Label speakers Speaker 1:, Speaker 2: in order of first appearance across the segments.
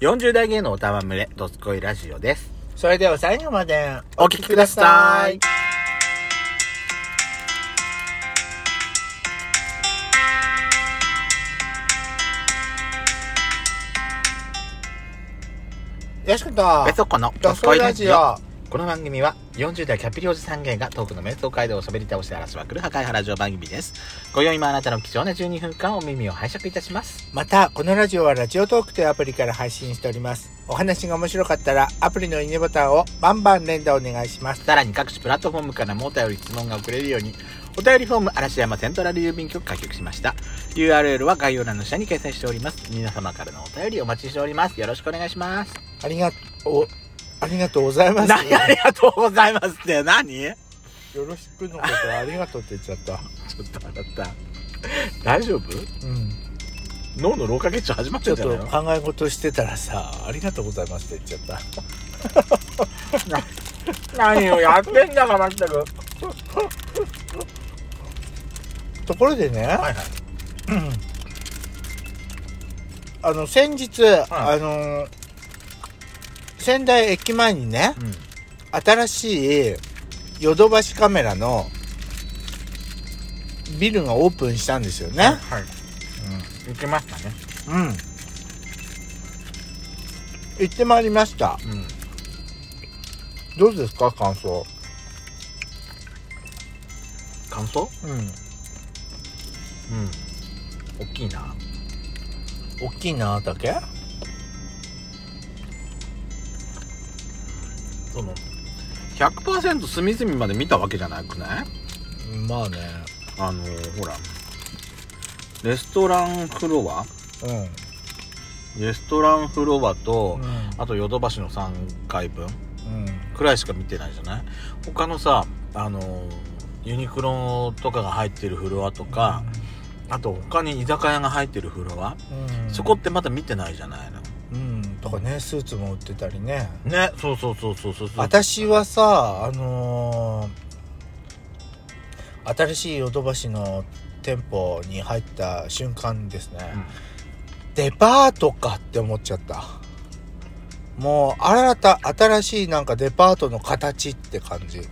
Speaker 1: 40代芸能おたまむれ、どすこいラジオです。
Speaker 2: それでは最後まで
Speaker 1: お聞きください。
Speaker 2: よしこと
Speaker 1: ベソコの
Speaker 2: ドスコイラジオ
Speaker 1: この番組は40代キャピリおじ3芸がトークの瞑想街道を喋り倒して嵐まくる破壊派ラジオ番組です。今宵もあなたの貴重な12分間お耳を拝借いたします。
Speaker 2: またこのラジオはラジオトークというアプリから配信しておりますお話が面白かったらアプリのいいねボタンをバンバン連打お願いします
Speaker 1: さらに各種プラットフォームからもお便り質問が送れるように、お便りフォーム嵐山セントラル郵便局開局しました。URL は概要欄の下に掲載しております。皆様からのお便りお待ちしております。よろしくお願いします。
Speaker 2: ありがとうありがとうございます
Speaker 1: 何ありがとうございますって何
Speaker 2: よろしくのことありがとうって言っちゃった
Speaker 1: ちょっとあなた大丈夫
Speaker 2: うん
Speaker 1: 脳の老化現象始まっ
Speaker 2: ち
Speaker 1: て
Speaker 2: ょ
Speaker 1: ん
Speaker 2: っ
Speaker 1: じゃない
Speaker 2: と
Speaker 1: の
Speaker 2: 考え事してたらさありがとうございますって言っちゃっ
Speaker 1: 何をやってんだかまったく
Speaker 2: たところでね、
Speaker 1: はいはい
Speaker 2: あの先日、あの仙台駅前にね
Speaker 1: うん
Speaker 2: 新しいヨドバシカメラのビルがオープンしたんですよね。
Speaker 1: はい行きましたね
Speaker 2: うん。行ってまいりました。
Speaker 1: うん
Speaker 2: どうですか感想。
Speaker 1: 感想
Speaker 2: うん。
Speaker 1: うん大きいな
Speaker 2: 大きいなだけ？
Speaker 1: その100%隅々まで見たわけじゃなくない
Speaker 2: まあね。
Speaker 1: あのほらレストランフロア
Speaker 2: う
Speaker 1: レストランフロアと
Speaker 2: ん。う
Speaker 1: あとヨドバシの3階分
Speaker 2: ん。
Speaker 1: くらいしか見てないじゃない他のさあのーユニクロとかが入ってるフロアとか、あと他に居酒屋が入ってるフロア、
Speaker 2: うん。
Speaker 1: そこってまだ見てないじゃないの
Speaker 2: うん。とかねスーツも売ってたりね。
Speaker 1: ねそうそうそうそうそうそう
Speaker 2: 私はさあのー新しいヨドバシの店舗に入った瞬間ですね、デパートかって思っちゃったもう新た新しいなんかデパートの形って感じ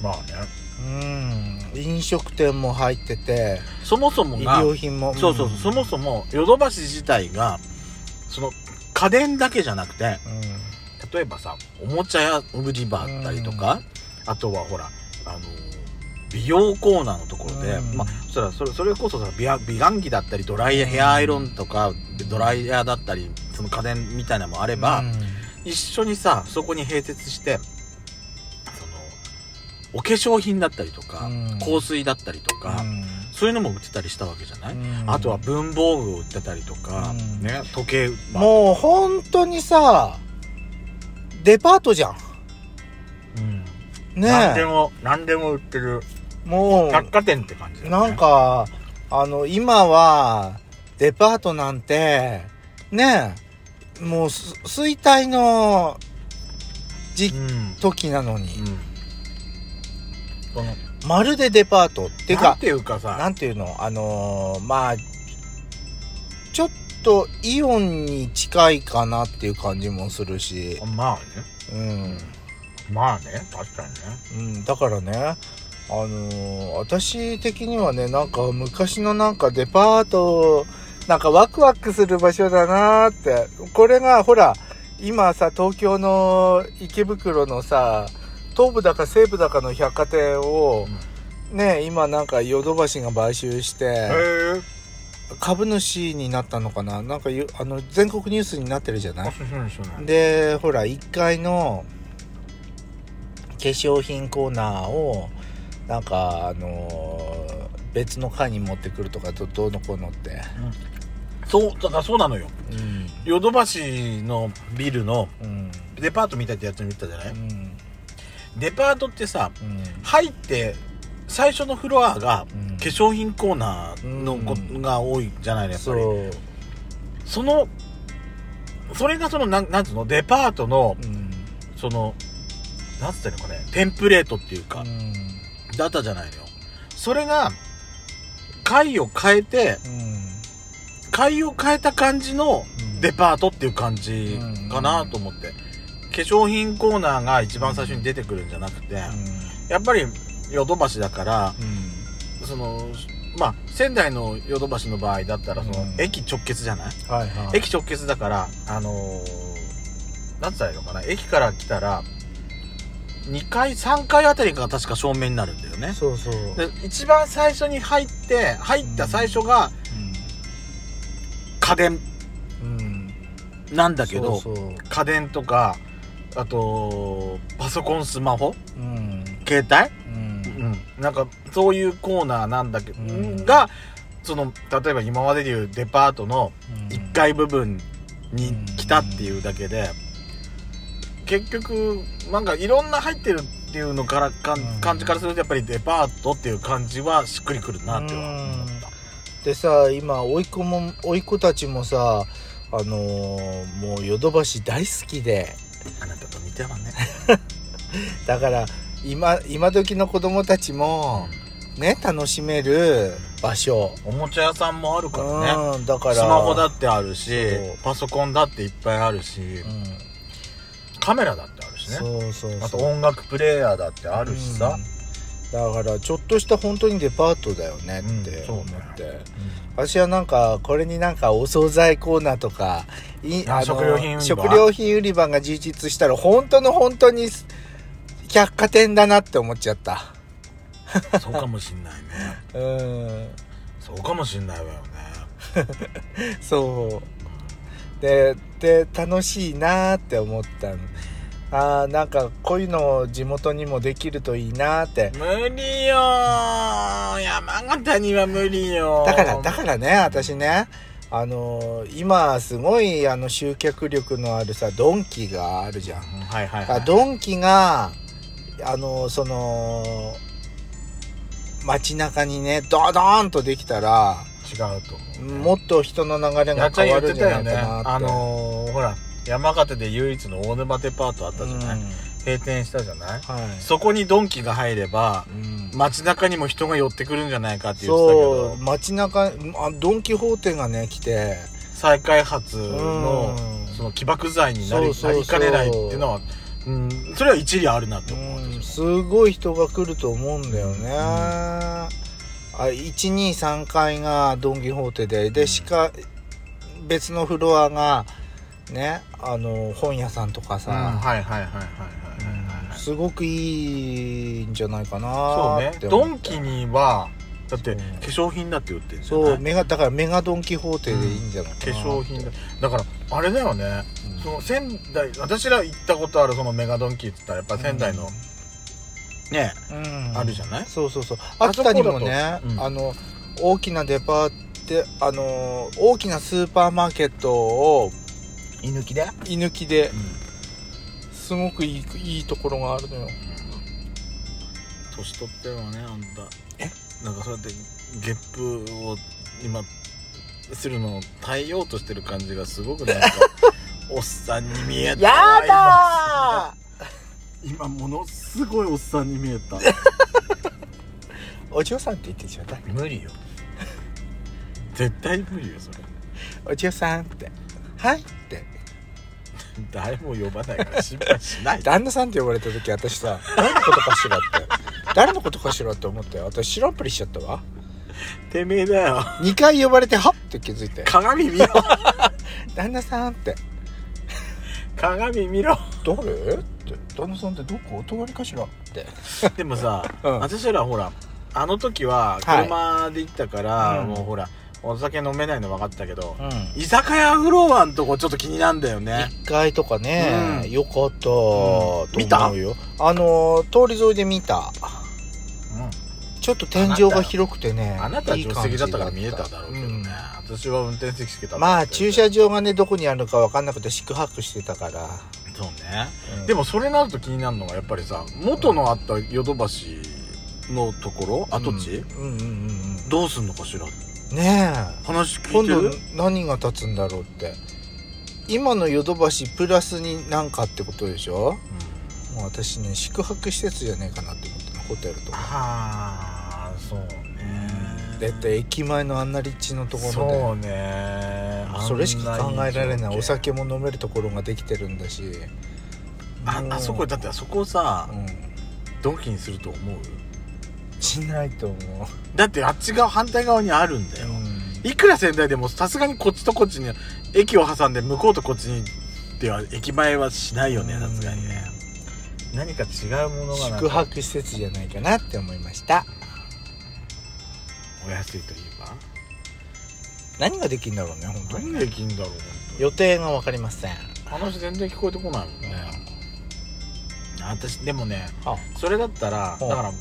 Speaker 1: まあね
Speaker 2: うん飲食店も入ってて
Speaker 1: そもそも
Speaker 2: 衣
Speaker 1: が
Speaker 2: 料品も
Speaker 1: そうそうそもそもヨドバシ自体がその家電だけじゃなくて
Speaker 2: うん
Speaker 1: 例えばさおもちゃ屋売り場あったりとか、あとはほらあの美容コーナーのところで、
Speaker 2: うん
Speaker 1: まあそらそれそれこそさ美や美顔器だったりドライヤーヘアアイロンとかドライヤーだったりその家電みたいなのもあれば、
Speaker 2: うん
Speaker 1: 一緒にさそこに併設してそのお化粧品だったりとか、
Speaker 2: うん
Speaker 1: 香水だったりとか、
Speaker 2: うん
Speaker 1: そういうのも売ってたりしたわけじゃない、
Speaker 2: うん
Speaker 1: あとは文房具を売ってたりとか、
Speaker 2: うん
Speaker 1: ね時計、まあ
Speaker 2: もう本当にさデパートじゃん
Speaker 1: うん
Speaker 2: ね
Speaker 1: 何
Speaker 2: え
Speaker 1: でも何でも売ってる
Speaker 2: も
Speaker 1: 百
Speaker 2: う
Speaker 1: 貨店って感じだよね
Speaker 2: なんかあの今はデパートなんてねえもうす衰退の時
Speaker 1: うん、うん、
Speaker 2: 時なのに、
Speaker 1: この
Speaker 2: まるでデパートっていう
Speaker 1: なん
Speaker 2: か
Speaker 1: ていうかさ
Speaker 2: なんていうのあのーまあちょっとイオンに近いかなっていう感じもするし
Speaker 1: まあね
Speaker 2: うん、
Speaker 1: まあね確かにね
Speaker 2: うん、だからねあのー私的にはねなんか昔のなんかデパートなんかワクワクする場所だなーってこれがほら今さ東京の池袋のさ東部だか西部だかの百貨店を、ね今なんかヨドバシが買収して
Speaker 1: へえ
Speaker 2: 株主になったのかななんかゆあの全国ニュースになってるじゃない
Speaker 1: あそうそうそうそう
Speaker 2: でほら1階の化粧品コーナーをなんかあのー別の階に持ってくるとかどどうのこうのって、
Speaker 1: そうだからそうなのよ
Speaker 2: うん
Speaker 1: ヨドバシのビルの
Speaker 2: うん
Speaker 1: デパートみたいってやつ見たじゃない、
Speaker 2: うん
Speaker 1: デパートってさ
Speaker 2: うん
Speaker 1: 入って最初のフロアが
Speaker 2: うん
Speaker 1: 化粧品コーナーのこ、
Speaker 2: うん
Speaker 1: が多いじゃないのやっぱ
Speaker 2: そ、
Speaker 1: りそうのそれがそのなんなんつうのデパートの
Speaker 2: うん
Speaker 1: そのなんつったらいいのかねテンプレートっていうか、
Speaker 2: うん
Speaker 1: だったじゃないのよそれが階を変えて
Speaker 2: うん
Speaker 1: 階を変えた感じの
Speaker 2: うん
Speaker 1: デパートっていう感じかなと思って、化粧品コーナーが一番最初に出てくるんじゃなくて、やっぱりヨドバシだからそのまあ仙台のヨドバシの場合だったらその、
Speaker 2: うん
Speaker 1: 駅直結じゃない、
Speaker 2: はいはい
Speaker 1: 駅直結だからあのー、なんつったらいいのかな駅から来たら2階3階あたりが確か正面になるんだよね
Speaker 2: そうそう、
Speaker 1: で一番最初に入って入った最初が家電
Speaker 2: うんうん、
Speaker 1: なんだけど
Speaker 2: そうそう
Speaker 1: 家電とかあとパソコンスマホ
Speaker 2: うん
Speaker 1: 携帯
Speaker 2: うん
Speaker 1: うん、なんかそういうコーナーなんだけど、
Speaker 2: うん
Speaker 1: がその例えば今まででいうデパートの1階部分に来たっていうだけで、結局なんかいろんな入ってるっていうのからかん
Speaker 2: うん
Speaker 1: 感じからするとやっぱりデパートっていう感じはしっくりくるなっては思った。
Speaker 2: でさ今甥っ子も甥っ子たちもさあのーもうヨドバシ大好きで
Speaker 1: あなたと似てはね。
Speaker 2: だから今今時の子供たちもね楽しめる場所
Speaker 1: おもちゃ屋さんもあるからね。
Speaker 2: うんだから
Speaker 1: スマホだってあるし
Speaker 2: そう、
Speaker 1: パソコンだっていっぱいあるし
Speaker 2: う、ん
Speaker 1: カメラだってあるしね。
Speaker 2: そうそうそう
Speaker 1: あと音楽プレイヤーだってあるしさ。
Speaker 2: うんだからちょっとした本当にデパートだよねって
Speaker 1: うん
Speaker 2: 思
Speaker 1: そうね
Speaker 2: って、私はなんかこれになんかお惣菜コーナーとかい
Speaker 1: あ食料品売り場
Speaker 2: 食料品売り場が充実したら本当の本当に百貨店だなって思っちゃった
Speaker 1: そうかもしんないね。
Speaker 2: うん
Speaker 1: そうかもしんないわよね。
Speaker 2: そうでで楽しいなーって思ったのあーなんかこういうのを地元にもできるといいなーって
Speaker 1: 無理よー山形には無理よー
Speaker 2: だからだからね私ねあのー今すごいあの集客力のあるさドンキがあるじゃん
Speaker 1: うんはいはいはい。
Speaker 2: あドンキがあのその街中にねドドーンとできたら
Speaker 1: 違うと思うね。
Speaker 2: もっと人の流れ
Speaker 1: や
Speaker 2: が
Speaker 1: っちゃん
Speaker 2: 変
Speaker 1: 言
Speaker 2: わ
Speaker 1: っ
Speaker 2: る
Speaker 1: て
Speaker 2: んじゃ
Speaker 1: た
Speaker 2: な
Speaker 1: よね。
Speaker 2: いかなって
Speaker 1: あのー、ほら、山形で唯一の大沼デパートあったじゃない、
Speaker 2: うん
Speaker 1: 閉店したじゃない
Speaker 2: はい
Speaker 1: そこにドンキが入れば、
Speaker 2: うん
Speaker 1: 街中にも人が寄ってくるんじゃないかって言ってたけ
Speaker 2: そ
Speaker 1: ど
Speaker 2: う、街中あドン・キホーテがね来て
Speaker 1: 再開発の
Speaker 2: うん
Speaker 1: その起爆剤になり
Speaker 2: そうそうそう
Speaker 1: なりかねないっていうのは、うん、それは一理あるなって思う
Speaker 2: うん
Speaker 1: 私
Speaker 2: すごい人が来ると思うんだよね、
Speaker 1: うん
Speaker 2: あ123階がドン・キホーテで
Speaker 1: う
Speaker 2: で
Speaker 1: ん
Speaker 2: しか別のフロアがねあの本屋さんと
Speaker 1: も
Speaker 2: か
Speaker 1: うん
Speaker 2: さ、
Speaker 1: はいはいはいはいはいはいはい
Speaker 2: すごくいいんじゃないか
Speaker 1: そう
Speaker 2: な
Speaker 1: ね
Speaker 2: って思
Speaker 1: ド
Speaker 2: った
Speaker 1: ンキにはだって
Speaker 2: うん
Speaker 1: 化粧品だって売ってるんじゃ
Speaker 2: そ
Speaker 1: な
Speaker 2: う
Speaker 1: い
Speaker 2: メガだからメガドン・キホーテでいいんじゃないか
Speaker 1: 化
Speaker 2: な、
Speaker 1: 粧品だだからあれだよね
Speaker 2: うん
Speaker 1: その仙台私ら行ったことあるそのメガドンキって言ったらやっぱ仙台のね
Speaker 2: うん
Speaker 1: あるじゃない
Speaker 2: そうそうそう
Speaker 1: あそ
Speaker 2: 秋
Speaker 1: こだと
Speaker 2: 田にもね、
Speaker 1: うん
Speaker 2: あの大きなデパートあの大きなスーパーマーケットを
Speaker 1: 居抜きで
Speaker 2: 居抜きですごくいいいいところがあるのよ
Speaker 1: 年取ってるわねあんた
Speaker 2: え
Speaker 1: なんかそうやってゲップを今するのを耐えようとしてる感じがすごくなん かおっさんに見えたわ今今ものすごいおっさんに見えた
Speaker 2: お嬢さんって言ってちょうだい
Speaker 1: 無理よ 絶対無理よそれ
Speaker 2: お嬢さんってはいって
Speaker 1: 誰も呼ばないから心配しない
Speaker 2: 旦那さんって呼ばれた時私さ誰のことかしらって 誰のことかしらって思って私白っぷりしちゃったわ
Speaker 1: てめえだよ
Speaker 2: 2回呼ばれてはっって気づいて
Speaker 1: 鏡見ろ
Speaker 2: 旦那さんって
Speaker 1: 鏡見ろ
Speaker 2: 誰って旦那さんってどこお泊まりかしらって
Speaker 1: でもさ、
Speaker 2: うん
Speaker 1: 私らほらあの時は車で行ったから、
Speaker 2: はいうん
Speaker 1: もうほらお酒飲めないの分かったけど、
Speaker 2: うん
Speaker 1: 居酒屋フロアんとこちょっと気になんだよね
Speaker 2: 1階とかね、
Speaker 1: うん
Speaker 2: よかったと思うよ、あのー通り沿いで見たちょっと天井が広くてね
Speaker 1: あなた
Speaker 2: いい
Speaker 1: 助手席だったから
Speaker 2: 感
Speaker 1: 見
Speaker 2: じ
Speaker 1: えただろうけどね、
Speaker 2: ん
Speaker 1: 私は運転席しかだ
Speaker 2: まあ駐車場がねどこにあるのか分かんなくて宿泊してたから、
Speaker 1: そうね、
Speaker 2: うん
Speaker 1: でもそれになると気になるのがやっぱりさ元のあったヨドバシのところ跡地、
Speaker 2: うんうんうんうん
Speaker 1: どうすんのかしら
Speaker 2: ね
Speaker 1: 話聞
Speaker 2: え
Speaker 1: い
Speaker 2: 今
Speaker 1: てる
Speaker 2: 度何が建つんだろうって今のヨドバシプラスになんかってことでしょもう私ね宿泊施設じゃねえかなって思ってのホテルとか
Speaker 1: ああそうね
Speaker 2: だって駅前のあんな立地のところで
Speaker 1: そうねああんな
Speaker 2: それしか考えられない
Speaker 1: いい条件
Speaker 2: お酒も飲めるところができてるんだし
Speaker 1: あ
Speaker 2: もう
Speaker 1: あそこだってあそこをさ
Speaker 2: うん
Speaker 1: ドンキにすると思う
Speaker 2: しないと思う
Speaker 1: だってあっち側反対側にあるんだよ、
Speaker 2: う
Speaker 1: いくら仙台でもさすがにこっちとこっちに駅を挟んで向こうとこっちにでは駅前はしないよね
Speaker 2: うん
Speaker 1: さすがにね何か違うもの
Speaker 2: ん
Speaker 1: がなん
Speaker 2: 宿
Speaker 1: か
Speaker 2: 泊施設じゃないかなって思いました
Speaker 1: お安いといえば
Speaker 2: 何ができるんだろうね本当
Speaker 1: 何
Speaker 2: に
Speaker 1: が
Speaker 2: ね
Speaker 1: できんだろう本当
Speaker 2: 予定が分かりません、
Speaker 1: 話全然聞こえてこないもんね、私でもね
Speaker 2: あ
Speaker 1: それだったら
Speaker 2: う
Speaker 1: だ
Speaker 2: ん
Speaker 1: から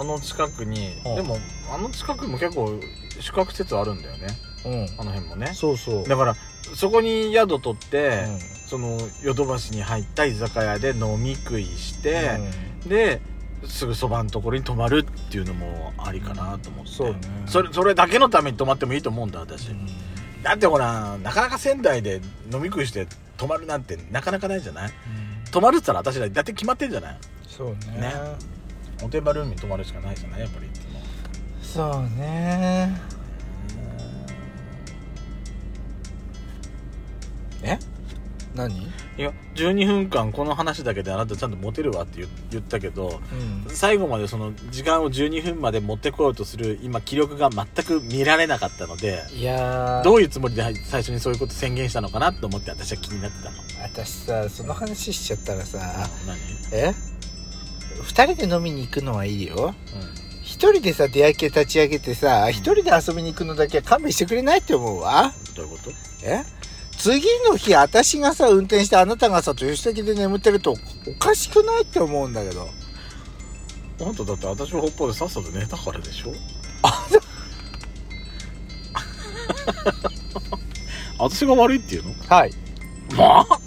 Speaker 1: あの近くに
Speaker 2: うん
Speaker 1: でもあの近くも結構宿泊施設あるんだよね
Speaker 2: う
Speaker 1: あの辺もね
Speaker 2: んそうそう
Speaker 1: だからそこに宿取っ
Speaker 2: う
Speaker 1: て、
Speaker 2: ん
Speaker 1: そのヨドバシに入った居酒屋で飲み食いして、ですぐそばのところに泊まるっていうのもありかなと思って、
Speaker 2: そうね
Speaker 1: それそれだけのために泊まってもいいと思うんだ私、
Speaker 2: うん
Speaker 1: だってほらなかなか仙台で飲み食いして泊まるなんてなかなかないじゃない泊まるっつったら私らだって決まってんじゃない
Speaker 2: そうね
Speaker 1: ねおてばルームに泊まるしかないじゃないやっぱりいつも
Speaker 2: そうねえ何、
Speaker 1: いや12分間この話だけであなたちゃんとモテるわって言言ったけど
Speaker 2: うん
Speaker 1: 最後までその時間を12分まで持ってこようとする今気力が全く見られなかったので
Speaker 2: いやー
Speaker 1: どういうつもりで最初にそういうこと宣言したのかなと思って私は気になってたの
Speaker 2: 私さその話しちゃったらさ
Speaker 1: 何
Speaker 2: え二人で飲みに行くのはいいよ
Speaker 1: うん
Speaker 2: 一人でさ出会い系立ち上げてさ一人で遊びに行くのだけは勘弁してくれないって思うわ
Speaker 1: どういうこと
Speaker 2: え次の日私がさ運転してあなたがさ豊洲先で眠ってるとおかしくないって思うんだけど
Speaker 1: あんただって私は北方でさっさと寝たからでしょあ 私が悪いっていうの
Speaker 2: はい
Speaker 1: まあ